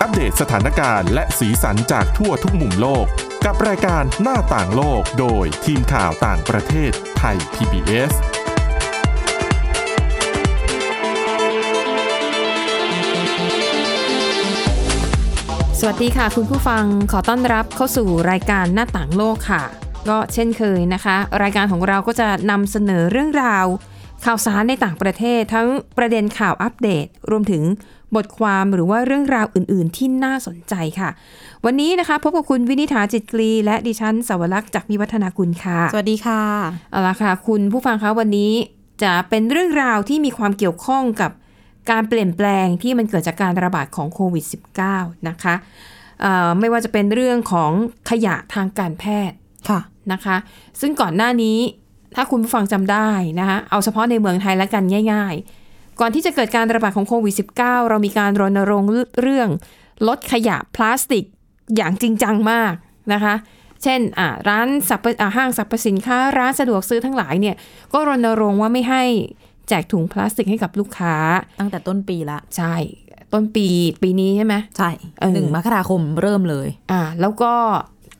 อัปเดตสถานการณ์และสีสันจากทั่วทุกมุมโลก กับรายการหน้าต่างโลกโดยทีมข่าวต่างประเทศไทย PBS สวัสดีค่ะ คุณผู้ฟังขอต้อนรับเข้าสู่รายการหน้าต่างโลกค่ะ ก็เช่นเคยนะคะ รายการของเราก็จะนำเสนอเรื่องราว ข่าวสารในต่างประเทศ ทั้งประเด็นข่าวอัปเดต รวมถึงบทความหรือว่าเรื่องราวอื่น ๆ ที่น่าสนใจค่ะ วันนี้นะคะพบกับคุณวินิษฐาจิตกรี และดิฉันสวรักษ์จากวิวัฒนาคุณค่ะ สวัสดีค่ะ เอาละค่ะ คุณผู้ฟังคะวันนี้จะเป็นเรื่องราวที่มีความเกี่ยวข้องกับการเปลี่ยนแปลงที่มันเกิดจากการระบาดของโควิด -19 นะคะเอ่อไม่ว่าจะเป็นเรื่องของขยะทางการแพทย์ ค่ะ นะคะ ซึ่งก่อนหน้านี้ถ้าคุณผู้ฟังจำได้นะคะเอาเฉพาะในเมืองไทยและกันง่าย ๆ ก่อนที่จะเกิดการระบาดของโควิด -19 เรามีการรณรงค์เรื่องลดขยะพลาสติกอย่างจริงจังมากนะคะ เช่นอ่าร้านสรรพอ่าห้างสรรพสินค้า ร้านสะดวกซื้อทั้งหลายเนี่ย ก็รณรงค์ว่าไม่ให้แจกถุงพลาสติกให้กับลูกค้า ตั้งแต่ต้นปีละ ใช่ ต้นปีปีนี้ใช่ไหม ใช่ เออ หนึ่งมกราคมเริ่มเลย อ่า แล้วก็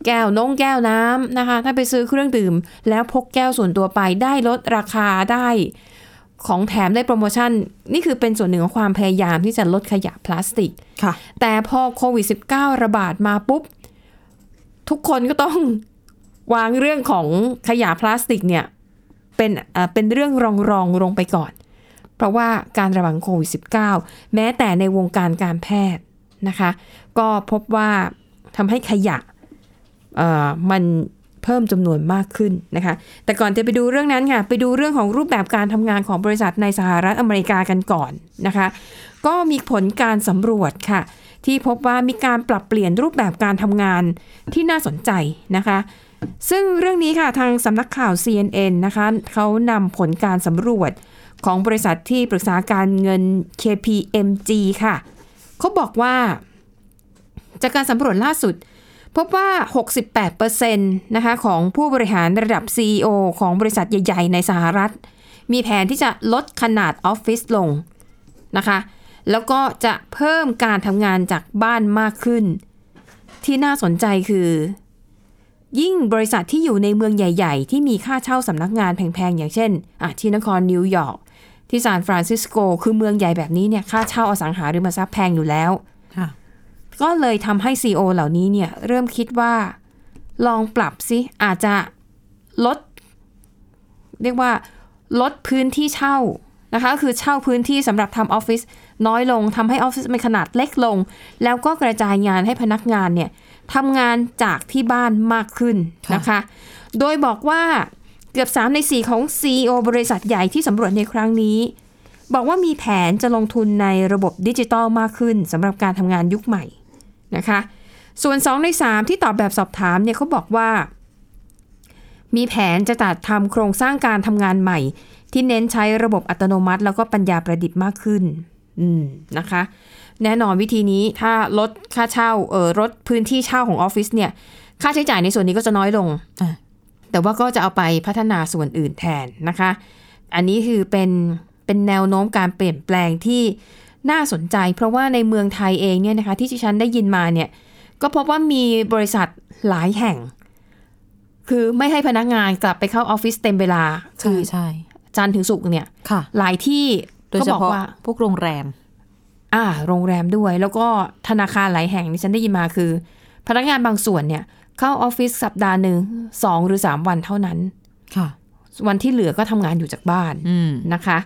แก้วน้องแก้วน้ำนะคะ ถ้าไปซื้อเครื่องดื่ม แล้วพกแก้วส่วนตัวไปได้ลดราคาได้ของแถมได้โปรโมชั่น นี่คือเป็นส่วนหนึ่งของความพยายามที่จะลดขยะพลาสติก ค่ะ แต่พอโควิด -19 ระบาดมาปุ๊บ ทุกคนก็ต้อง วางเรื่องของขยะพลาสติกเนี่ย เป็นอ่าเป็นเรื่องรองรองๆลงไปก่อน เพราะว่าการระวังโควิด -19 แม้แต่ในวงการการแพทย์นะคะ ก็พบว่าทำให้ขยะเอ่อมันเพิ่มจำนวนมากขึ้นนะคะ แต่ก่อนจะไปดูเรื่องนั้นค่ะ ไปดูเรื่องของรูปแบบการทำงานของบริษัทในสหรัฐอเมริกากันก่อนนะคะ ก็มีผลการสำรวจค่ะ ที่พบว่ามีการปรับเปลี่ยนรูปแบบการทำงานที่น่าสนใจนะคะ ซึ่งเรื่องนี้ค่ะทางสำนักข่าว CNN นะคะเขานำผลการสำรวจของบริษัทที่ปรึกษาการเงิน KPMG ค่ะ เขาบอกว่า จากการสำรวจล่าสุด พบว่า 68%นะคะของผู้บริหารระดับ CEO ของบริษัทใหญ่ ๆ ในสหรัฐ มีแผนที่จะลดขนาดออฟฟิศลงนะคะ แล้วก็จะเพิ่มการทำงานจากบ้านมากขึ้น ที่น่าสนใจคือ ยิ่งบริษัทที่อยู่ในเมืองใหญ่ ๆ ที่มีค่าเช่าสำนักงานแพง ๆ อย่างเช่นอ่ะที่นครนิวยอร์กที่ซานฟรานซิสโกคือเมืองใหญ่แบบนี้เนี่ยค่าเช่าอสังหาริมทรัพย์แพงอยู่แล้ว ค่ะ ก็เลยทำให้ CEO เหล่านี้เนี่ยเริ่มคิดว่าลองปรับสิอาจจะลด เรียกว่าลดพื้นที่เช่านะคะก็คือเช่าพื้นที่สำหรับทำออฟฟิศน้อยลงทำให้ออฟฟิศมันขนาดเล็กลง แล้วก็กระจายงานให้พนักงานเนี่ยทำงานจากที่บ้านมากขึ้นนะคะ โดยบอกว่าเกือบ 3 ใน 4 ของ CEO บริษัทใหญ่ที่สำรวจในครั้งนี้ บอกว่ามีแผนจะลงทุนในระบบดิจิตอลมากขึ้นสำหรับการทำงานยุคใหม่นะคะ ส่วน 2 ใน 3 ที่ตอบแบบสอบถามเนี่ยเขาบอกว่า มีแผนจะจัดทำโครงสร้างการทำงานใหม่ ที่เน้นใช้ระบบอัตโนมัติ แล้วก็ปัญญาประดิษฐ์มากขึ้น อืมนะคะ แน่นอนวิธีนี้ถ้าลดค่าเช่าเออลดพื้นที่เช่าของออฟฟิศเนี่ย ค่าใช้จ่ายในส่วนนี้ก็จะน้อยลง อ่ะ แต่ว่าก็จะเอาไปพัฒนาส่วนอื่นแทนนะคะ อันนี้คือเป็นเป็นแนวโน้มการเปลี่ยนแปลงที่น่าสนใจ เพราะว่าในเมืองไทยเองเนี่ยนะคะ ที่ที่ฉันได้ยินมาเนี่ย ก็พบว่ามีบริษัทหลายแห่ง คือไม่ให้พนักงานกลับไปเข้าออฟฟิศเต็มเวลา คื ใช่ อ ใช่ จันทร์ถึงศุกร์เนี่ย ค่ะ หลายที่ โดย ก็ เฉ บอก พาะ ว่า พวกโรงแรม อ่า โรงแรมด้วย แล้วก็ธนาคารหลายแห่งที่ฉันได้ยินมาคือ พนักงานบางส่วนเนี่ย เข้าออฟฟิศสัปดาห์หนึ่งสองหรือสามวันเท่านั้น ค่ะ วันที่เหลือก็ทำงานอยู่จากบ้าน อืม นะคะ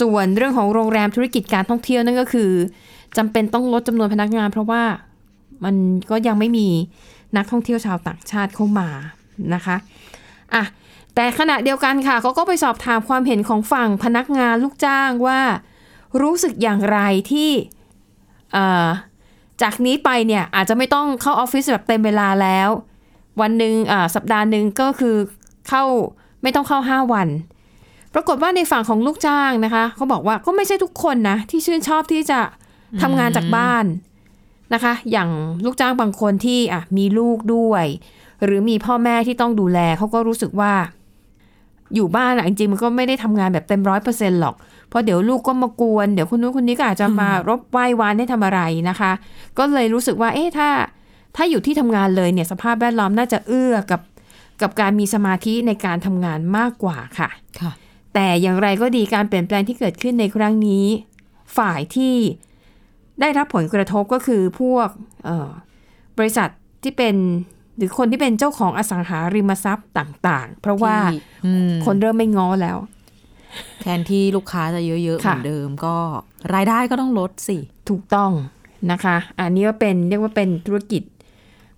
ส่วนเรื่องของโรงแรมธุรกิจการท่องเที่ยวนั่นก็คือจำเป็นต้องลดจำนวนพนักงาน เพราะว่ามันก็ยังไม่มีนักท่องเที่ยวชาวต่างชาติเข้ามานะคะอ่ะแต่ขณะเดียวกันค่ะเขาก็ไปสอบถามความเห็นของฝั่งพนักงานลูกจ้างว่า รู้สึกอย่างไรที่เอ่อจากนี้ไปเนี่ยอาจจะไม่ต้องเข้าออฟฟิศแบบเต็มเวลาแล้ว วันหนึ่งอ่าสัปดาห์หนึ่งก็คือเข้าไม่ต้องเข้า 5 วัน ปรากฏว่าในฝั่งของลูกจ้างนะคะ เขาบอกว่าก็ไม่ใช่ทุกคนนะ ที่ชื่นชอบที่จะทำงานจากบ้านนะคะ อย่างลูกจ้างบางคนที่อ่ะมีลูกด้วย หรือมีพ่อแม่ที่ต้องดูแลเขาก็รู้สึกว่า อยู่บ้านอะจริงๆมันก็ไม่ได้ทำงานแบบเต็มร้อยเปอร์เซ็นต์หรอก เพราะเดี๋ยวลูกก็มากวน เดี๋ยวคนนู้นคนนี้ก็อาจจะมารบไหว้วานให้ทำอะไรนะคะ ก็เลยรู้สึกว่า เอ๊ะถ้า ถ้าอยู่ที่ทำงานเลยเนี่ยสภาพแวดล้อมน่าจะเอื้อกับกับการมีสมาธิในการทำงานมากกว่าค่ะ ค่ะ แต่อย่างไรก็ดีการเปลี่ยนแปลงที่เกิดขึ้นในครั้งนี้ ฝ่ายที่ได้รับผลกระทบก็คือพวกเอ่อบริษัทที่เป็นหรือคนที่เป็นเจ้าของอสังหาริมทรัพย์ต่างๆ เพราะว่า ที่อืม คนเริ่มไม่ง้อแล้ว แทนที่ลูกค้าจะเยอะๆเห ค่ะ มือนเดิมก็รายได้ก็ต้องลดสิ ถูกต้องนะคะ อันนี้ก็เป็นเรียกว่าเป็นธุรกิจ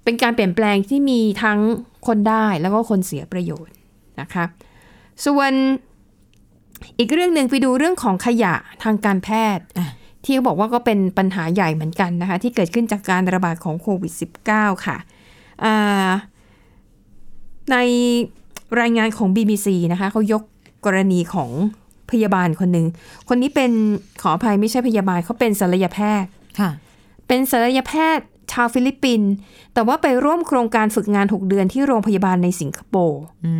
เป็นการเปลี่ยนแปลงที่มีทั้งคนได้แล้วก็คนเสียประโยชน์นะคะ ส่วนอีกเรื่องหนึ่งไปดูเรื่องของขยะทางการแพทย์ อ่ะ ที่เขาบอกว่าก็เป็นปัญหาใหญ่เหมือนกันนะคะ ที่เกิดขึ้นจากการระบาดของโควิด -19 ค่ะอ่าในรายงานของ BBC นะคะเขายกกรณีของพยาบาลคนหนึ่ง คนนี้เป็นขออภัยไม่ใช่พยาบาลเขาเป็นศัลยแพทย์ ค่ะ เป็นศัลยแพทย์ชาวฟิลิปปินส์แต่ว่าไปร่วมโครงการฝึกงาน 6 เดือนที่โรงพยาบาลในสิงคโปร์ อื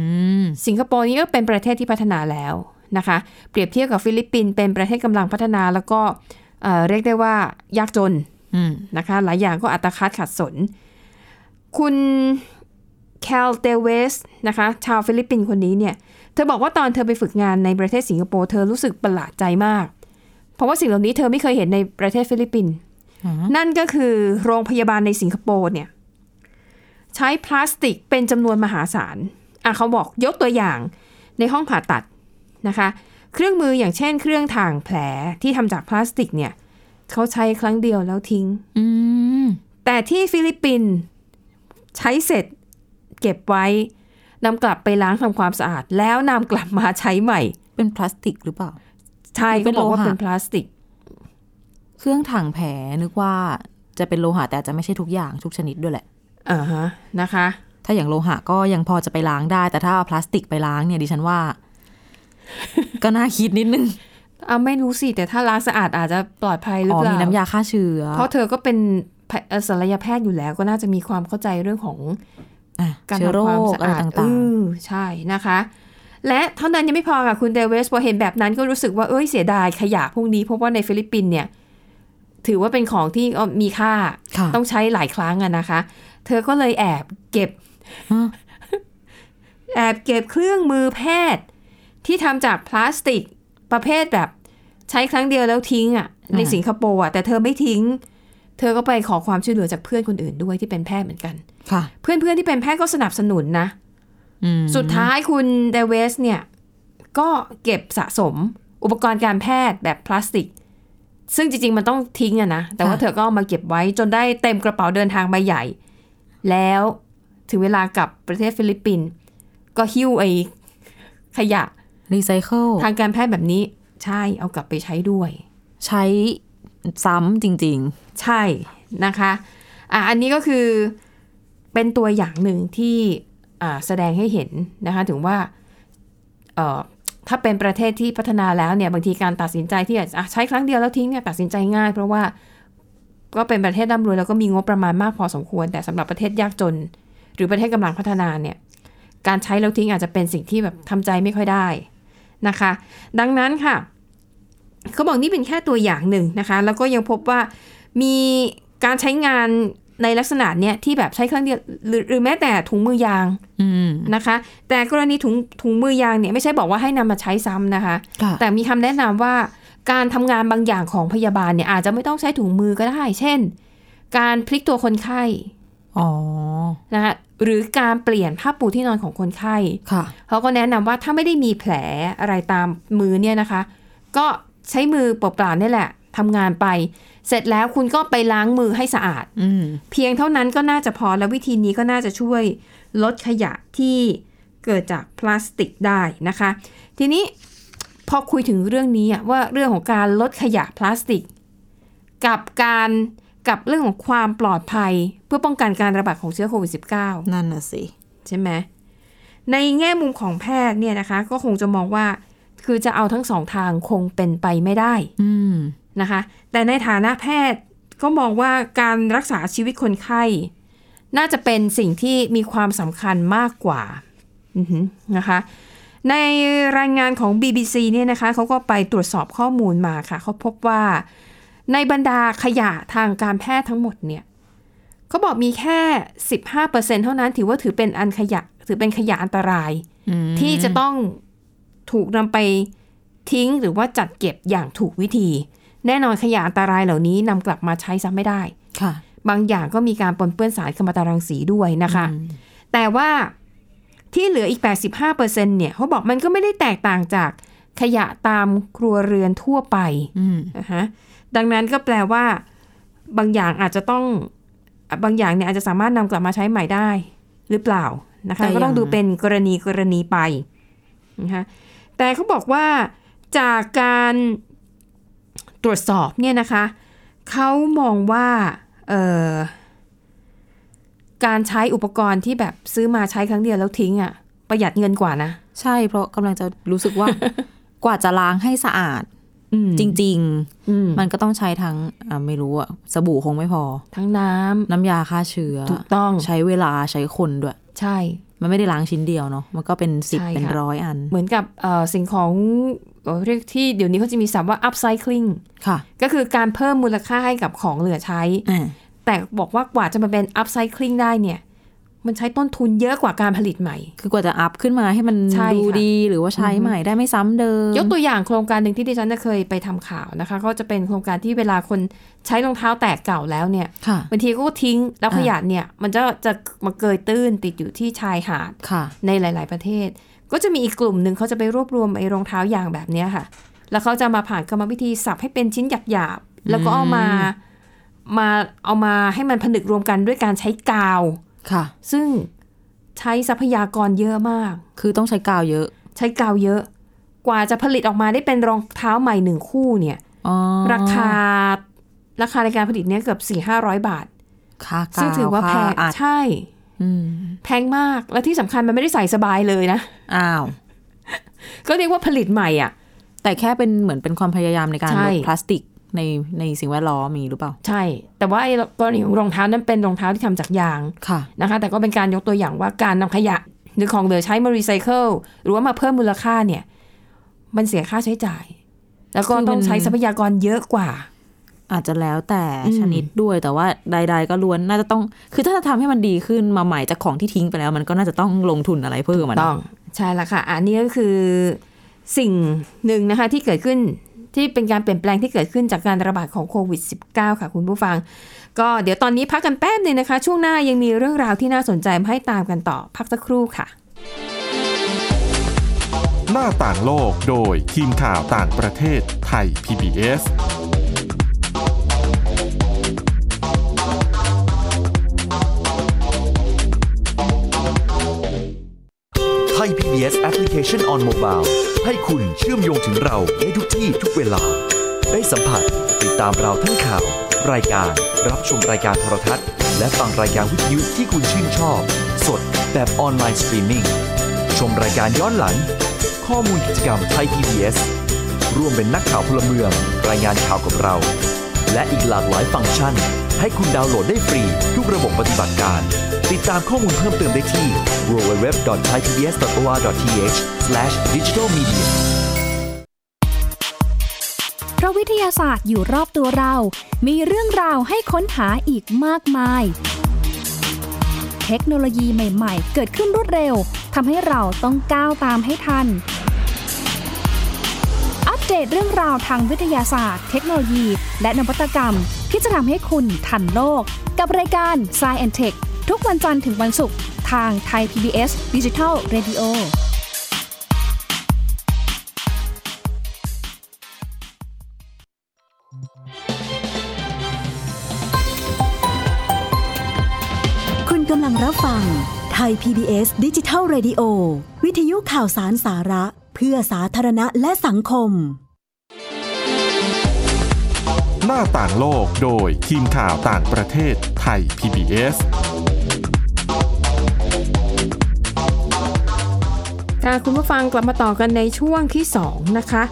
ม สิงคโปร์นี้ก็เป็นประเทศที่พัฒนาแล้วนะคะ เปรียบเทียบกับฟิลิปปินส์เป็นประเทศกำลังพัฒนาแล้วก็เอ่อเรียกได้ว่ายากจน อืม นะคะหลายอย่างก็อัตคัดขัดสน คุณแคลเตเวสนะคะชาวฟิลิปปินส์คนนี้เนี่ย เธอบอกว่าตอนเธอไปฝึกงานในประเทศสิงคโปร์เธอรู้สึกประหลาดใจมาก เพราะว่าสิ่งเหล่านี้เธอไม่เคยเห็นในประเทศฟิลิปปินส์ อือฮะ นั่นก็คือโรงพยาบาลในสิงคโปร์เนี่ย ใช้พลาสติกเป็นจำนวนมหาศาลอ่ะเขาบอกยกตัวอย่างในห้องผ่าตัดนะคะ เครื่องมืออย่างเช่น เครื่องถ่างแผลที่ทำจากพลาสติกเนี่ยเขาใช้ครั้งเดียวแล้วทิ้ง อืม แต่ที่ฟิลิปปินส์ใช้เสร็จเก็บไว้นำกลับไปล้างทำความสะอาด แล้วนำกลับมาใช้ใหม่ เป็นพลาสติกหรือเปล่า ใช่ เป็ ก็ น บ โล อก หะ ว่าเป็นพลาสติก เครื่องถังแผลนึกว่าจะเป็นโลหะแต่อาจจะไม่ใช่ทุกอย่างทุกชนิดด้วยแหละ อ่าฮะ นะคะ ถ้าอย่างโลหะก็ยังพอจะไปล้างได้ แต่ถ้าเอาพลาสติกไปล้างเนี่ยดิฉันว่า ก็น่าคิดนิดนึง เอาไม่รู้สิ แต่ถ้าล้างสะอาดอาจจะปลอดภัยหรือ อ๋อ เปล่า มีน้ำยาฆ่าเชื้อ เพราะเธอก็เป็นแพทย์เอ่อศัลยแพทย์อยู่แล้ว ก็น่าจะมีความเข้าใจเรื่องของ อ่ะ การ เชื้อโร ทำความ ค สะ อะไร อาด ต่าง อือใช่นะคะ และเท่านั้นยังไม่พอค่ะคุณเดวิสพอเห็นแบบนั้นก็รู้สึกว่าเอ้ยเสียดายขยะพวกนี้เพราะว่าในฟิลิปปินส์เนี่ย ถือว่าเป็นของที่เอ่อมีค่า ๆ ค่ะ ต้องใช้หลายครั้งอะนะคะ เธอก็เลยแอบเก็บ ฮะ แอบเก็บเครื่องมือแพทย์ ที่ทำจากพลาสติกประเภทแบบใช้ครั้งเดียวแล้วทิ้งอะในสิงคโปร์อะแต่เธอไม่ทิ้ง เธอก็ไปขอความช่วยเหลือจากเพื่อนคนอื่นด้วยที่เป็นแพทย์เหมือนกัน ค่ะ เพื่อนเพื่อนๆที่เป็นแพทย์ก็สนับสนุนนะ อืม สุดท้ายคุณเดวิสเนี่ย ก็เก็บสะสมอุปกรณ์การแพทย์แบบพลาสติก ซึ่งจริง ๆ มันต้องทิ้งอะนะ แต่ว่าเธอก็เอามาเก็บไว้จนได้เต็มกระเป๋าเดินทางใบใหญ่ แล้วถึงเวลากลับประเทศฟิลิปปินส์ก็หิ้วไอ้ขยะ รีไซเคิล ทางการแพทย์แบบนี้ ใช่เอากลับไปใช้ด้วย ใช้ซ้ำจริง ใช่นะคะอ่ะอันนี้ก็คือเป็นตัวอย่างหนึ่งที่อ่าแสดงให้เห็นนะคะถึงว่าเอ่อถ้าเป็นประเทศที่พัฒนาแล้วเนี่ยบางทีการตัดสินใจที่อาจจะอ่ะใช้ครั้งเดียวแล้วทิ้งเนี่ยตัดสินใจง่าย เพราะว่าก็เป็นประเทศร่ำรวยแล้วก็มีงบประมาณมากพอสมควร แต่สำหรับประเทศยากจน หรือประเทศกำลังพัฒนาเนี่ยการใช้แล้วทิ้งอาจจะเป็นสิ่งที่แบบทำใจไม่ค่อยได้นะคะ ดังนั้นค่ะเขาบอกนี่เป็นแค่ตัวอย่างหนึ่งนะคะแล้วก็ยังพบว่า มีการใช้งานในลักษณะเนี้ยที่แบบใช้ครั้งเดียวหรือหรือแม้แต่ถุงมือยาง ๆ อืม นะคะ แต่กรณีถุงถุงมือยางเนี่ยไม่ใช่บอกว่าให้นำมาใช้ซ้ำนะคะ ค่ะ แต่มีคำแนะนำว่าการทำงานบางอย่างของพยาบาลเนี่ยอาจจะไม่ต้องใช้ถุงมือก็ได้ เช่น การพลิกตัวคนไข้ อ๋อ นะคะหรือการเปลี่ยนผ้าปูที่นอนของคนไข้ ค่ะ เขาก็แนะนำว่าถ้าไม่ได้มีแผลอะไรตามมือเนี่ยนะคะ ก็ใช้มือเปล่าๆเนี่ยแหละทำงานไป เสร็จแล้วคุณก็ไปล้างมือให้สะอาด อืม เพียงเท่านั้นก็น่าจะพอและวิธีนี้ก็น่าจะช่วยลดขยะที่เกิดจากพลาสติกได้นะคะ ทีนี้พอคุยถึงเรื่องนี้อะว่าเรื่องของการลดขยะพลาสติก กับการกับเรื่องของความปลอดภัย เพื่อป้องกันการระบาดของเชื้อโควิด -19 นั่นน่ะสิ ใช่ไหมในแง่มุมของแพทย์เนี่ยนะคะ ก็คงจะมองว่าคือจะเอาทั้งสองทางคงเป็นไปไม่ได้ อืม นะคะแต่ในฐานะแพทย์ก็มองว่าการรักษาชีวิตคนไข้ น่าจะเป็นสิ่งที่มีความสำคัญมากกว่าอือหือนะคะ ในรายงานของ BBC เนี่ยนะคะเขาก็ไปตรวจสอบข้อมูลมาค่ะเขาพบว่าในบรรดาขยะทางการแพทย์ทั้งหมดเนี่ยเขาบอกมีแค่ 15%เท่านั้นถือว่าถือเป็นอันขยะถือเป็นขยะอันตราย ที่จะต้องถูกนำไปทิ้งหรือว่าจัดเก็บอย่างถูกวิธี แน่นอนขยะอันตรายเหล่านี้นำกลับมาใช้ซ้ำไม่ได้ ค่ะ บางอย่างก็มีการปนเปื้อนสารกัมมันตรังสีด้วยนะคะ แต่ว่าที่เหลืออีก 85%เนี่ยเขาบอกมันก็ไม่ได้แตกต่างจากขยะตามครัวเรือนทั่วไป อืม นะฮะดังนั้นก็แปลว่า บางอย่างอาจจะต้องบางอย่างเนี่ยอาจจะสามารถนำกลับมาใช้ใหม่ได้ หรือเปล่านะคะ แต่อย่าง ก็ต้องดูเป็นกรณีกรณีไปนะคะแต่เขาบอกว่าจากการตรวจสอบเนี่ยนะคะเขามองว่าเอ่อการใช้อุปกรณ์ที่แบบซื้อมาใช้ครั้งเดียวแล้วทิ้งอะประหยัดเงินกว่านะ ใช่เพราะกำลังจะรู้สึก ว่า กว่าจะล้างให้สะอาดจริง อืม ๆ มันก็ต้องใช้ทั้งอ่ะไม่รู้อะสบู่คงไม่พอ ทั้งน้ น้ำยาฆ่าเชื้อ ำถูกต้อง ใช้เวลาใช้คนด้วย ใช่ มันไม่ได้ล้างชิ้นเดียวเนาะมันก็เป็นสิบ ใช่ค่ะ เป็นร้อยอัน เหมือนกับเอ่อสิ่งของเอ่อเรียกที่เดี๋ยวนี้เขาจะมีศัพท์ว่า upcycling ค่ะ ก็คือการเพิ่มมูลค่าให้กับของเหลือใช้ อ่า แต่บอกว่ากว่าจะมาเป็น upcycling ได้เนี่ย มันใช้ต้นทุนเยอะกว่าการผลิตใหม่ คือกว่าจะอัพขึ้นมาให้มัน ใช่ ดู ค่ะ ดีหรือว่าใช้ใหม่ได้ไม่ซ้ำเดิม ยกตัวอย่างโครงการหนึ่งที่ดิฉันน่ะเคยไปทำข่าวนะคะ ก็จะเป็นโครงการที่เวลาคนใช้รองเท้าแตกเก่าแล้วเนี่ย ค่ะ บางทีก็ทิ้งแล้ว อ่า ขยะเนี่ย มันจะจะมาเกยตื้นติดอยู่ที่ชายหาด ค่ะ ในหลาย ๆ ประเทศ ก็จะมีอีกกลุ่มหนึ่งเขาจะไปรวบรวมไอ้รองเท้ายางแบบเนี้ยค่ะ แล้วเขาจะมาผ่านกรรมวิธีสับให้เป็นชิ้นหยาบๆแล้วก็เอามามาเอามาให้มันผนึกรวมกันด้วยการใช้กาว ค่ะ ซึ่งใช้ทรัพยากรเยอะมาก คือต้องใช้กาวเยอะ ใช้กาวเยอะ กว่าจะผลิตออกมาได้เป็นรองเท้าใหม่หนึ่งคู่เนี่ย อ๋อ ราคาราคาในการผลิตเนี่ยเกือบ4ี่ห้าร้อยบาท ค่ากาว ซึ่งถือว่าแพง ค่อัด ใช่ อืม แพงมากและที่สำคัญมันไม่ได้ใส่สบายเลยนะ อ้าว ก็เรียกว่าผลิตใหม่อ่ะ แต่แค่เป็นเหมือนเป็นความพยายามในการ ใช่ ลดพลาสติกในในสิ่งแวดล้อมมีหรือเปล่า ใช่ แต่ว่าไอ้กรณีของรองเท้านั้นเป็นรองเท้าที่ทำจากยาง ค่ะ นะคะ แต่ก็เป็นการยกตัวอย่างว่าการนำขยะหรือของเหลือใช้มารีไซเคิลหรือว่ามาเพิ่มมูลค่าเนี่ย มันเสียค่าใช้จ่าย แล้วก็ คือมัน ต้องใช้ทรัพยากรเยอะกว่า อาจจะแล้วแต่ อืม ชนิดด้วยแต่ว่าใด ๆ ก็ล้วนน่าจะต้อง คือถ้าจะทำให้มันดีขึ้นมาใหม่จากของที่ทิ้งไปแล้ว มันก็น่าจะต้องลงทุนอะไรเพิ่มอะเนาะ ต้องใช่ละค่ะ อันนี้ก็คือสิ่งหนึ่งนะคะที่เกิดขึ้นที่เป็นการเปลี่ยนแปลงที่เกิดขึ้นจากการระบาดของโควิด -19 ค่ะคุณผู้ฟัง ก็เดี๋ยวตอนนี้พักกันแป๊บหนึ่งนะคะ ช่วงหน้ายังมีเรื่องราวที่น่าสนใจมาให้ตามกันต่อพักสักครู่ค่ะ หน้าต่างโลกโดยทีมข่าวต่างประเทศไทย PBS ไทย PBS Application on Mobile ให้คุณเชื่อมโยงถึงเราในทุกที่ทุกเวลา ได้สัมผัสติดตามเราทั้งข่าว รายการ รับชมรายการโทรทัศน์ และฟังรายการวิทยุที่คุณชื่นชอบ สดแบบออนไลน์สตรีมมิ่งชมรายการย้อนหลัง ข้อมูลกิจกรรมไทย PBS ร่วมเป็นนักข่าวพลเมือง รายงานข่าวกับเรา และอีกหลากหลายฟังก์ชัน ให้คุณดาวน์โหลดได้ฟรี ทุกระบบปฏิบัติการ ติดตามข้อมูลเพิ่มเติมได้ที่ www.thaipbs.or.th/digitalmedia เพราะวิทยาศาสตร์อยู่รอบตัวเรา มีเรื่องราวให้ค้นหาอีกมากมาย เทคโนโลยีใหม่ ๆ เกิดขึ้นรวดเร็ว ทำให้เราต้องก้าวตามให้ทัน อัปเดตเรื่องราวทางวิทยาศาสตร์ เทคโนโลยี และนวัตกรรมที่จะทำให้คุณทันโลก กับรายการ s c i e n t e c h ทุกวันจันทร์ถึงวันศุกร์ทางไทย PBS Digital Radio คุณกำลังรับฟังไทย PBS ดิจิทัล Radio วิทยุข่าวสารสาระ เพื่อสาธารณะและสังคม หน้าต่างโลกโดยทีมข่าวต่างประเทศไทย PBS ค่ะคุณผู้ฟังกลับมาต่อกันในช่วงที่ 2 นะคะ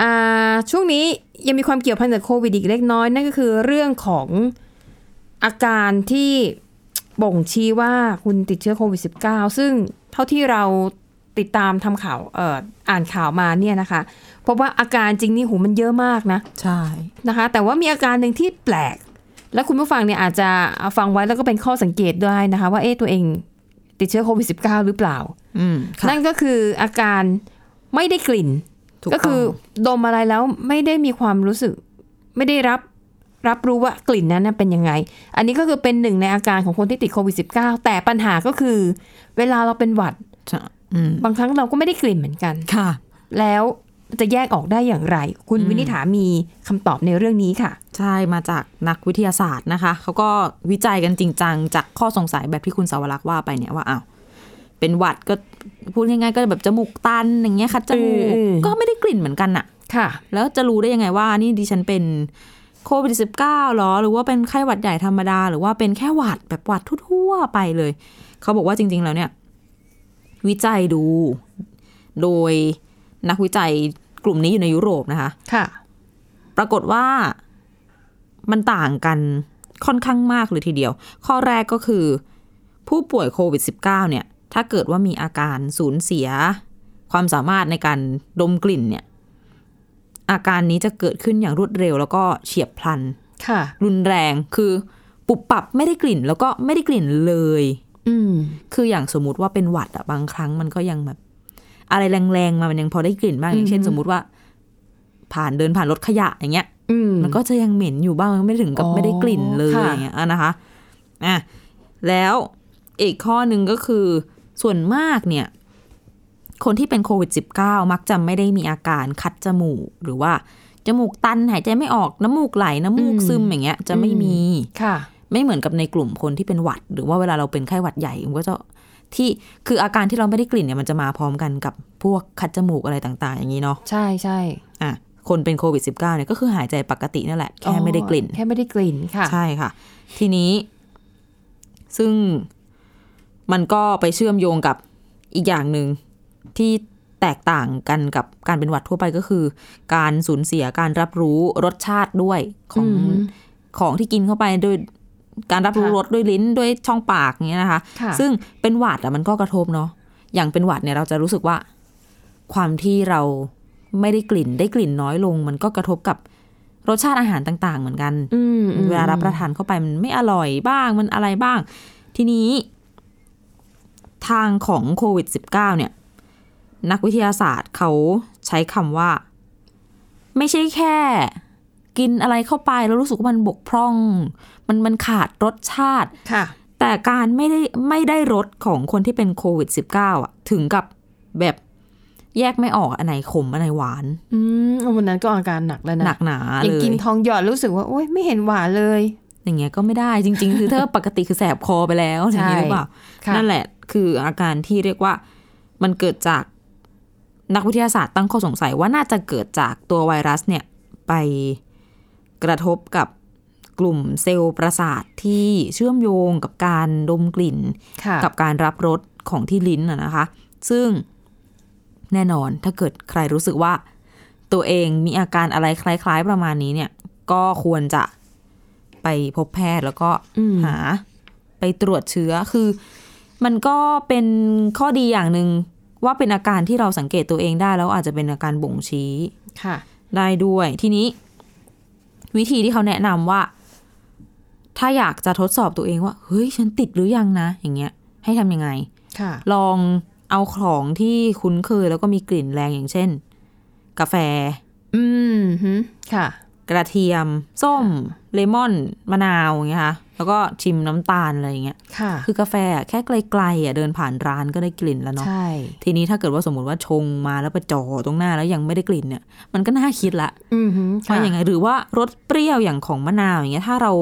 อ่าช่วงนี้ยังมีความเกี่ยวพันกับโควิดอีกเล็กน้อย นั่นก็คือเรื่องของอาการที่บ่งชี้ว่าคุณติดเชื้อโควิด -19 ซึ่งเท่าที่เรา ติดตามทำข่าวเอ่ออ่านข่าวมาเนี่ยนะคะพบว่าอาการจริงนี่หูมันเยอะมากนะ ใช่ นะคะแต่ว่ามีอาการหนึ่งที่แปลก และคุณผู้ฟังเนี่ยอาจจะเอาฟังไว้แล้วก็เป็นข้อสังเกตได้นะคะ ว่าเอ๊ะตัวเองติดเชื้อโควิด -19 หรือเปล่า อืมค่ะ นั่นก็คืออาการไม่ได้กลิ่น ถู ก็คือ ต้ง ดมอะไรแล้วไม่ได้มีความรู้สึก ไม่ได้รับรับรู้ว่ากลิ่นนั้นนะเป็นยังไง อันนี้ก็คือเป็นหนึ่งในอาการของคนที่ติดโควิด -19 แต่ปัญหาก็คือเวลาเราเป็นหวัด ใช่อืม บางครั้งเราก็ไม่ได้กลิ่นเหมือนกัน ค่ะ แล้วจะแยกออกได้อย่างไร คุณวินิษฐามีคำตอบในเรื่องนี้ค่ะ ใช่มาจากนักวิทยาศาสตร์นะคะ เขาก็วิจัยกันจริงจังจากข้อสงสัยแบบที่คุณสาวรักษ์ว่าไปเนี่ยว่าอ้าวเป็นหวัดก็พูดง่ายๆก็แบบจมูกตันอย่างเงี้ยคัดจมูก เออ ก็ไม่ได้กลิ่นเหมือนกันน่ะ ค่ะ แล้วจะรู้ได้ยังไงว่านี่ดิฉันเป็นโควิด -19 หรอ หรือว่าเป็นไข้หวัดใหญ่ธรรมดา หรือว่าเป็นแค่หวัดแบบหวัดทั่วๆไปเลย เขาบอกว่าจริง ๆ แล้วเนี่ย วิจัยดู โดยนักวิจัยกลุ่มนี้อยู่ในยุโรปนะคะ ค่ะ ปรากฏว่ามันต่างกันค่อนข้างมากเลยทีเดียว ข้อแรกก็คือ ผู้ป่วยโควิด -19 เนี่ย ถ้าเกิดว่ามีอาการสูญเสีย ความสามารถในการดมกลิ่นเนี่ย อาการนี้จะเกิดขึ้นอย่างรวดเร็ว แล้วก็เฉียบพลัน ค่ะ รุนแรงคือปุบปับไม่ได้กลิ่น แล้วก็ไม่ได้กลิ่นเลย อืม คืออย่างสมมติว่าเป็นหวัดอะบางครั้งมันก็ยังแบบ อะไรแรงๆมามันยังพอได้กลิ่นบ้างอย่างเช่น สมมติว่า ผ่านเดินผ่านรถขยะอย่างเงี้ย อืม มันก็จะยังเหม็นอยู่บ้างไม่ถึงกับ อ๋อ ไม่ได้กลิ่นเลย ค่ะ อย่างเงี้ยอ่ะนะคะอ่ะแล้วอีกข้อหนึ่งก็คือส่วนมากเนี่ย คนที่เป็นโควิด -19 มักจะไม่ได้มีอาการคัดจมูก หรือว่า จมูกตันหายใจไม่ออกน้ำมูกไหลน้ำมูกซึมอย่างเงี้ย จะไม่มี ค่ะ ไม่เหมือนกับในกลุ่มคนที่เป็นหวัด หรือว่าเวลาเราเป็นไข้หวัดใหญ่มันก็จะที่คืออาการที่เราไม่ได้กลิ่นเนี่ยมันจะมาพร้อมกันกับพวกคัดจมูกอะไรต่างๆ อย่างนี้เนาะ ใช่ใช่ อ่ะคนเป็นโควิด -19 เนี่ยก็คือหายใจปกตินั่นแหละ แค่ไม่ได้กลิ่น แค่ไม่ได้กลิ่นค่ะ ใช่ค่ะ ทีนี้ ซึ่งมันก็ไปเชื่อมโยงกับอีกอย่างหนึ่งที่แตกต่างกันกับการเป็นหวัดทั่วไปก็คือ การสูญเสียการรับรู้รสชาติด้วยของ อืม ของที่กินเข้าไปด้วยการรับรู้ ค่ะ รสด้วยลิ้นด้วยช่องปากอย่างเงี้ยนะคะ ค่ะ ซึ่งเป็นหวัดอะมันก็กระทบเนาะอย่างเป็นหวัดเนี่ยเราจะรู้สึกว่า ความที่เราไม่ได้กลิ่นได้กลิ่นน้อยลง มันก็กระทบกับรสชาติอาหารต่าง ๆ เหมือนกัน อืมอืม เวลารับประทานเข้าไปมันไม่อร่อยบ้างมันอะไรบ้าง ทีนี้ ทางของโควิด -19 เนี่ย นักวิทยาศาสตร์เขาใช้คำว่า ไม่ใช่แค่ กินอะไรเข้าไปแล้วรู้สึกว่ามันบกพร่อง มันมันขาดรสชาติ ค่ะ แต่การไม่ได้ไม่ได้รสของคนที่เป็นโควิด -19 อ่ะ ถึงกับแบบแยกไม่ออกอันไหนขมอันไหนหวาน อืมวันนั้นก็อาการหนักแล้วนะ หนักหนา อ เล ย่าง ย กินทองหยอดรู้สึกว่า โอ๊ยไม่เห็นหวานเลย อย่างเงี้ยก็ไม่ได้จริง ๆ คือเธอ ปกติคือแสบคอไปแล้วอย่างนี้หรือเปล่า ค่ะ นั่นแหละคืออาการที่เรียกว่ามันเกิดจากนักวิทยาศาสตร์ตั้งข้อสงสัยว่าน่าจะเกิดจากตัวไวรัสเนี่ยไปกระทบกับกลุ่มเซลล์ประสาทที่เชื่อมโยงกับการดมกลิ่น ค่ะ กับการรับรสของที่ลิ้นน่ะนะคะ ซึ่งแน่นอนถ้าเกิดใครรู้สึกว่า ตัวเองมีอาการอะไรคล้าย ๆ ประมาณนี้เนี่ย ก็ควรจะไปพบแพทย์แล้วก็ อืม หาไปตรวจเชื้อคือ มันก็เป็นข้อดีอย่างหนึ่งว่าเป็นอาการที่เราสังเกตตัวเองได้ แล้วอาจจะเป็นอาการบ่งชี้ ค่ะ ได้ด้วยทีนี้ วิธีที่เขาแนะนำว่า ถ้าอยากจะทดสอบตัวเองว่าเฮ้ยฉันติดหรือยังนะ อย่างเงี้ย ให้ทำยังไง ค่ะ ลองเอาของที่คุ้นเคยแล้วก็มีกลิ่นแรงอย่างเช่น กาแฟ อืมหึค่ะ กระเทียม ส้ม เลมอน มะนาวอย่างเงี้ยค่ะแล้วก็ชิมน้ำตาลอะไรอย่างเงี้ย ค่ะ คือกาแฟอะแค่ไกลๆอ่ะเดินผ่านร้านก็ได้กลิ่นแล้วเนาะ ใช่ ทีนี้ถ้าเกิดว่าสมมติว่าชงมาแล้วประจอตรงหน้าแล้วยังไม่ได้กลิ่นเนี่ย มันก็น่าคิดละ อืมหึ ว่า ค่ะ อย่างไงหรือว่ารสเปรี้ยวอย่างของมะนาวอย่างเงี้ยถ้าเรา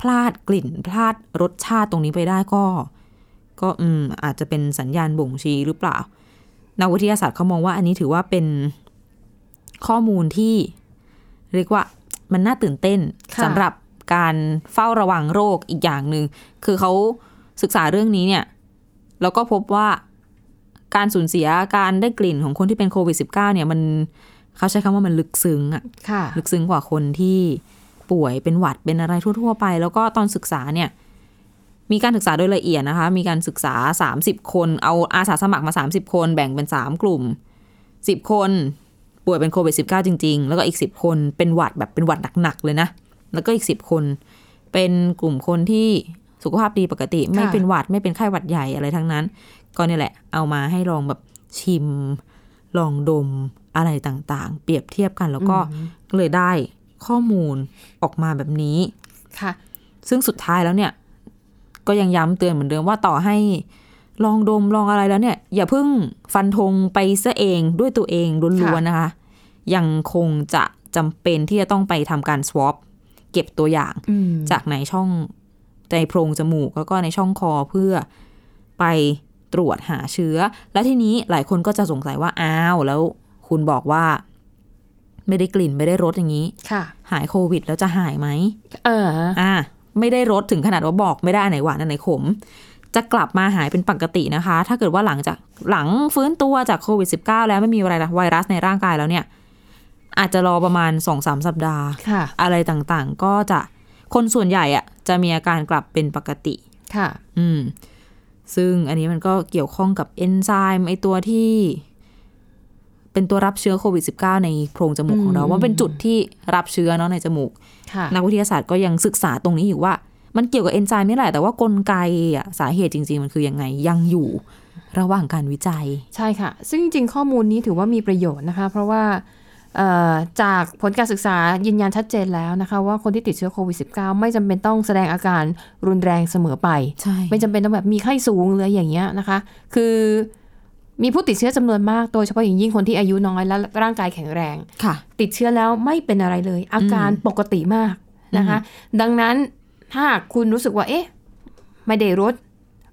พลาดกลิ่น พลาดรสชาติตรงนี้ไปได้ก็ ก็อืมอาจจะเป็นสัญญาณบ่งชี้หรือเปล่านักวิทยาศาสตร์เขามองว่าอันนี้ถือว่าเป็นข้อมูลที่ เรียกว่ามันน่าตื่นเต้นสำหรับการเฝ้าระวังโรคอีกอย่างหนึ่งคือเขาศึกษาเรื่องนี้เนี่ย แล้วก็พบว่าการสูญเสียการได้กลิ่นของคนที่เป็นโควิด -19 เนี่ยมันเขาใช้คำว่ามันลึกซึ้งอะ ค่ะ ลึกซึ้งกว่าคนที่ป่วยเป็นหวัดเป็นอะไรทั่ว ๆ ไป แล้วก็ตอนศึกษาเนี่ย มีการศึกษาโดยละเอียดนะคะ มีการศึกษา 30 คน เอาอาสาสมัครมา 30 คน แบ่งเป็น 3 กลุ่ม 10 คนป่วยเป็นโควิด -19 จริง ๆ แล้วก็อีก 10 คนเป็นหวัดแบบเป็นหวัดหนักๆเลยนะ แล้วก็อีก 10 คน เป็นกลุ่มคนที่สุขภาพดีปกติ ไม่เป็นหวัดไม่เป็นไข้หวัดใหญ่อะไรทั้งนั้น ก็เนี่ยแหละ เอามาให้ลองแบบชิม ลองดมอะไรต่างๆ เปรียบเทียบกันแล้วก็เลยได้ข้อมูลออกมาแบบนี้ ค่ะ ซึ่งสุดท้ายแล้วเนี่ย ก็ยังย้ำเตือนเหมือนเดิมว่าต่อให้ลองดมลองอะไรแล้วเนี่ย อย่าเพิ่งฟันธงไปซะเองด้วยตัวเองล้วนๆนะคะ ยังคงจะจำเป็นที่จะต้องไปทำการ swab เก็บตัวอย่าง อืม จากในช่องในโพรงจมูกแล้วก็ในช่องคอเพื่อไปตรวจหาเชื้อ และทีนี้หลายคนก็จะสงสัยว่าอ้าวแล้วคุณบอกว่า ไม่ได้กลิ่นไม่ได้รสอย่างนี้ ค่ะ หายโควิดแล้วจะหายไหม เออ อ่าไม่ได้รสถึงขนาดว่าบอกไม่ได้อันไหนหวานอันไหนขม จะกลับมาหายเป็นปกตินะคะ ถ้าเกิดว่าหลังจากหลังฟื้นตัวจากโควิด -19 แล้วไม่มีอะไรไวรัสในร่างกายแล้วเนี่ย อาจจะรอประมาณ 2-3 สัปดาห์ ค่ะ อะไรต่างๆ ก็จะคนส่วนใหญ่อะจะมีอาการกลับเป็นปกติ ค่ะ อืม ซึ่งอันนี้มันก็เกี่ยวข้องกับเอนไซม์ไอตัวที่ เป็นตัวรับเชื้อโควิด -19 ในโพรงจมูกของเราว่าเป็นจุดที่รับเชื้อเนาะในจมูก ค่ะ นักวิทยาศาสตร์ก็ยังศึกษาตรงนี้อยู่ว่า มันเกี่ยวกับเอนไซม์นี่แหละ แต่ว่ากลไกอะสาเหตุจริง ๆ มันคือยังไงยังอยู่ระหว่างการวิจัย ใช่ค่ะ ซึ่งจริงๆ ข้อมูลนี้ถือว่ามีประโยชน์นะคะ เพราะว่าเอ่อจากผลการศึกษายืนยันชัดเจนแล้วนะคะ ว่าคนที่ติดเชื้อโควิด -19 ไม่จำเป็นต้องแสดงอาการรุนแรงเสมอไป ใช่ ไม่จำเป็นต้องแบบมีไข้สูงหรืออย่างเงี้ยนะคะ คือมีผู้ติดเชื้อจำนวนมาก โดยเฉพาะอย่างยิ่งคนที่อายุน้อยและร่างกายแข็งแรง ค่ะ ติดเชื้อแล้วไม่เป็นอะไรเลย อาการปกติมากนะคะ ดังนั้นถ้าคุณรู้สึกว่า เอ๊ะ ไม่ได้รส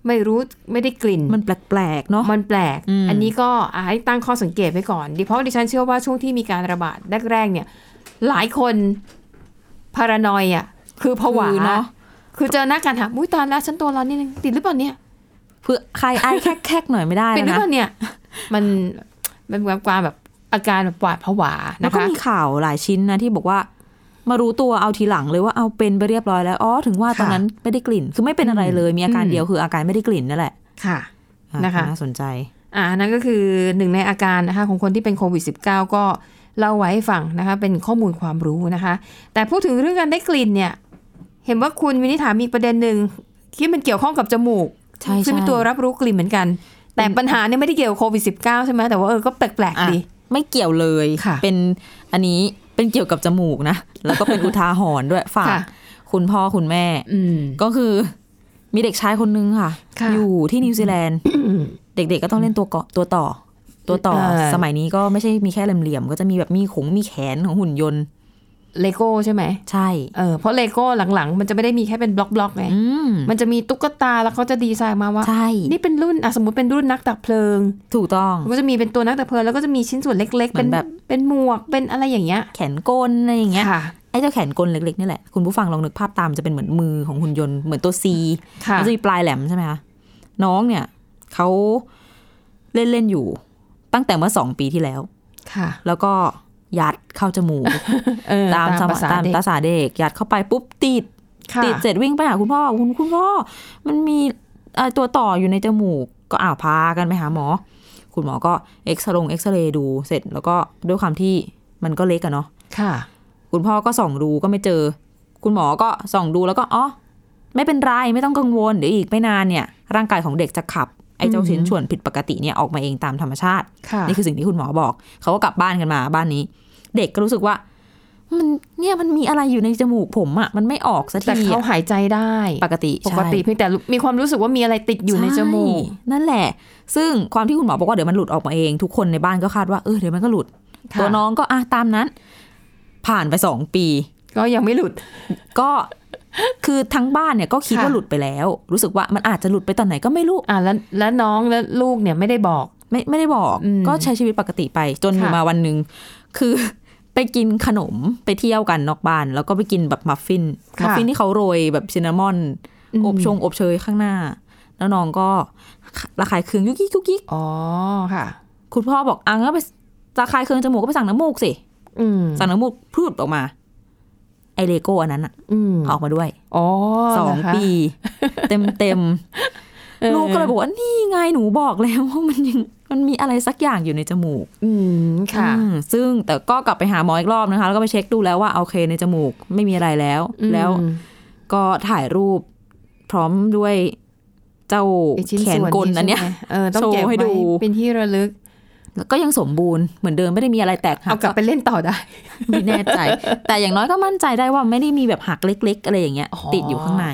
ไม่รู้ไม่ได้กลิ่น มันแปลกๆเนาะ มันแปลก อืม อันนี้ก็อ่ะให้ตั้งข้อสังเกตไว้ก่อน ดิเพราะดิฉันเชื่อว่าช่วงที่มีการระบาดแรกๆเนี่ย หลายคนพารานอยอ่ะ คือผวา คือเนาะ คือเจอหน้ากันถามอุ้ยตอนแล้วฉันตัวร้อนนิดนึงติดหรือเปล่าเนี่ย เพื่อใครไอ้แคกๆหน่อยไม่ได้ เป็นหแล้วรือเป นะ ล่าเนี่ย มันมันเป็นความแบบอาการแบบหวาดผวา แล้ว นะ ก็ คะ มีข่าวหลายชิ้นนะที่บอกว่า มารู้ตัวเอาทีหลังเลยว่าเอาเป็นไปเรียบร้อยแล้วอ๋อถึงว่าตอนนั้นไม่ได้กลิ่น คือไม่เป็นอะไรเลย มีอาการ อืม เดียวคืออาการไม่ได้กลิ่นนั่นแหละ ค่ะ อ่ นะคะ น่าสนใจ อ่านั่นก็คือหนึ่งในอาการนะคะของคนที่เป็นโควิด -19 ก็เล่าไว้ให้ฟังนะคะ เป็นข้อมูลความรู้นะคะ แต่พูดถึงเรื่องการได้กลิ่นเนี่ย เห็นว่าคุณวินิษฐามีประเด็นหนึ่งที่มันเกี่ยวข้องกับจมูก ใช่ ซึ่งเป็น ใช่ ตัวรับรู้กลิ่นเหมือนกัน แต่ปัญหาเนี่ยไม่ได้เกี่ยวกับโควิด -19 ใช่ไหมแต่ว่าเออก็แปลก อ่ะ ๆดี ไม่เกี่ยวเลย ค่ะ เป็นอันนี้เป็นเกี่ยวกับจมูกนะ แล้วก็เป็นอุทาหรณ์ด้วยฝาก ค่ะ คุณพ่อคุณแม่ อืม ก็คือมีเด็กชายคนนึงค่ะ ค่ะ อยู่ที่นิวซีแล นด์ เด็กๆก็ต้องเล่นตัวเกาะตัวต่อ ตัวต่อ สมัยนี้ก็ไม่ใช่มีแค่เหลี่ยมๆก็จะมีแบบมีขงมีแขนของหุ่นยนต์ เลโก้ใช่ไหม ใช่ เออเพราะเลโก้หลังๆ มันจะไม่ได้มีแค่เป็นบล็อกๆไง อืม มันจะมีตุ๊กตาแล้วเขาจะดีไซน์มาว่า ใช่ นี่เป็นรุ่นอ่ะสมมติเป็นรุ่นนักดับเพลิง ถูกต้อง มันก็จะมีเป็นตัวนักดับเพลิงแล้วก็จะมีชิ้นส่วนเล็ก ๆ เป็น เหมือน แบ แบบ บ เป็นหมวกเป็นอะไรอย่างเงี้ย แขนกลอะไรอย่างเงี้ย ค่ะ ไอ้เจ้าแขนกลเล็กๆนี่แหละคุณผู้ฟังลองนึกภาพตามจะเป็นเหมือนมือของหุ่นยนต์เหมือนตัวซี ค่ะ มันจะมีปลายแหลมใช่ไหมคะน้องเนี่ยเขาเล่นเล่นๆอยู่ ตั้งแต่เมื่อสองปีที่แล้ว ค่ะ แล้วก็ยัดเข้าจ มูก เออ ตามสม ภษ ตาม เด็ก ภาษาเด็กยัดเข้าไปปุ๊บติด ค่ะ ติดเสร็จวิ่งไปหาคุณพ่อคุณคุณพ่อมันมีเอ่อตัวต่ออยู่ในจมูก ก็อ้าวพากันไปหาหมอ คุณหมอก็เอ็กซเรงเอ็กซเรย์ดูเสร็จ แล้วก็ด้วยความที่มันก็เล็กอะเนาะ ค่ะ คุณพ่อก็ส่องดูก็ไม่เจอ คุณหมอก็ส่องดูแล้วก็อ๋อไม่เป็นไรไม่ต้องกังวลเดี๋ยวอีกไม่นานเนี่ย ร่างกายของเด็กจะขับไอ้เจ้าชิ้นส่วนผิดปกติเนี่ยออกมาเองตามธรรมชาติ ค่ะ นี่คือสิ่งที่คุณหมอบอก เขาก็กลับบ้านกันมาบ้านนี้ เด็กก็รู้สึกว่า มันเนี่ยมันมีอะไรอยู่ในจมูกผมอะมันไม่ออกสัก แต่ ที เขา อะ หายใจได้ ปกติ ปกติ ใช่ เพียงแต่มีความรู้สึกว่ามีอะไรติดอยู่ใน ช่ จมูก นั่นแหละ ซึ่งความที่คุณหมอบอกว่าเดี๋ยวมันหลุดออกมาเองทุกคนในบ้านก็คาดว่าเออเดี๋ยวมันก็หลุด ค่ะ ตัวน้องก็อ่ะตามนั้น ผ่านไปสองปี ก็ยังไม่หลุด ก็คือทั้งบ้านเนี่ยก็คิด ค่ะ ว่าหลุดไปแล้ว รู้สึกว่ามันอาจจะหลุดไปตอนไหนก็ไม่รู้ อ่ะแล้วแล้วน้องและลูกเนี่ยไม่ได้บอก ไม่ไม่ได้บอก อืม ก็ใช้ชีวิตปกติไปจนมี ค่ะ มาวันหนึ่งคือ ไปกินขนมไปเที่ยวกันนอกบ้าน แล้วก็ไปกินแบบมัฟฟินมัฟฟินที่เขาโรยแบบซินนามอน อบชงอบเชยข้างหน้า แล้วน้องก็ระคายเคืองยุกยิกยุกยิก อ๋อค่ะ คุณพ่อบอกอังก็ไประคายเคืองจมูกก็ไปสั่งน้ำมูกสิ อืม สั่งน้ำมูกพรูดออกมา ไอ ไอเลโก้อันนั้นอะ อืม ออกมาด้วย อ๋อ สอง เหรคะ ปี เต็มเต็ม ออ ๆลูกก็เลยบอกว่านี่ไงหนูบอกแล้วว่ามันยัง มันมีอะไรสักอย่างอยู่ในจมูก อืมค่ะ อืมซึ่งแต่ก็กลับไปหาหมออีกรอบนะคะ แล้วก็ไปเช็คดูแล้วว่าโอเคในจมูกไม่มีอะไรแล้ว แล้ว อืม ก็ถ่ายรูปพร้อมด้วยเจ้า ไอ้ชิ้ แขน ส่ว กลอันเนี้ย ใช่ไหมเออต้อง โชว์ เก็บ ให้ ให้ ดู ดูเป็นที่ระลึก ก็ยังสมบูรณ์เหมือนเดิมไม่ได้มีอะไรแตกหั เอา ก กลับไปเล่นต่อได้ ไม่แน่ใจ แต่อย่างน้อยก็มั่นใจได้ว่าไม่ได้มีแบบหักเล็ก ๆ อะไรอย่างเงี้ย อ๋อ ติดอยู่ข้างใน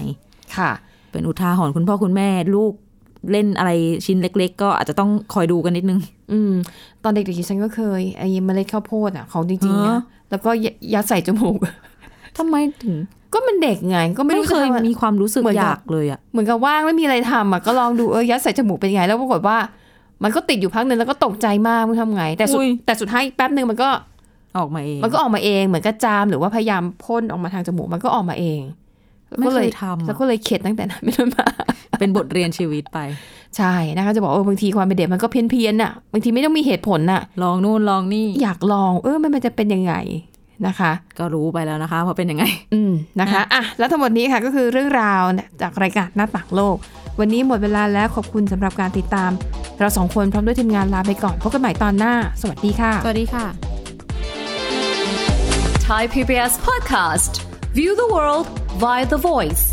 ค่ะ เป็นอุทาหรณ์คุณพ่อคุณแม่ลูกเล่นอะไรชิ้นเล็ก ๆ ก็อาจจะต้องคอยดูกันนิดนึง อืม ตอนเด็กๆดิฉันก็เคยไอ้เมล็ดข้าวโพดอ่ะของจริงๆนะ ฮะ แล้วก็ยัดใส่จมูก ทำไมถึง ก็มันเด็กไง ก็ไม่ ไม่ รู้ เค จะ ย ทำอะไร มีความรู้สึก เหมือน อ กับ ยากเลยอะ เหมือนกับว่างไม่มีอะไรทำอ่ะก็ลองดูเออยัดใส่จมูกเป็นไง แล้วปรากฏว่า มันก็ติดอยู่พักหนึ่งแล้วก็ตกใจมากไมันทำไง แต่สุดแต่สุดท้ายอีกแป๊บหนึ่งมันก็ ออกมาเอง มันก็ออกมาเองเหมือนกระจามหรือว่าพยายามพ่นออกมาทางจมูกมันก็ออกมาเอง ไม่ ก็ เค เลย ยทำ แล้ว อะ ก็เลยเข็ดตั้งแต่นั้นเป็นต้นมา เป็นบทเรียนชีวิตไป ใช่นะคะจะบอกว่าเออบางทีความเป็นเด็กมันก็เพี้ยนเพียนๆน่ะบางทีไม่ต้องมีเหตุผลน่ะ ลองนู่นลองนี่ อยากลองเออมันมันจะเป็นยังไงนะคะ ก็รู้ไปแล้วนะคะว่าเป็นยังไง อืมนะคะอ่ะแล้วทั้งหมดนี้ค่ะก็คือเรื่องราวจากรายการหน้าต่างโลก วันนี้หมดเวลาแล้วขอบคุณสำหรับการติดตาม เราสองคนพร้อมด้วยทีมงานลาไปก่อนพบกันใหม่ตอนหน้า สวัสดีค่ะ สวัสดีค่ะ Thai PBS podcast. View the world via the voice.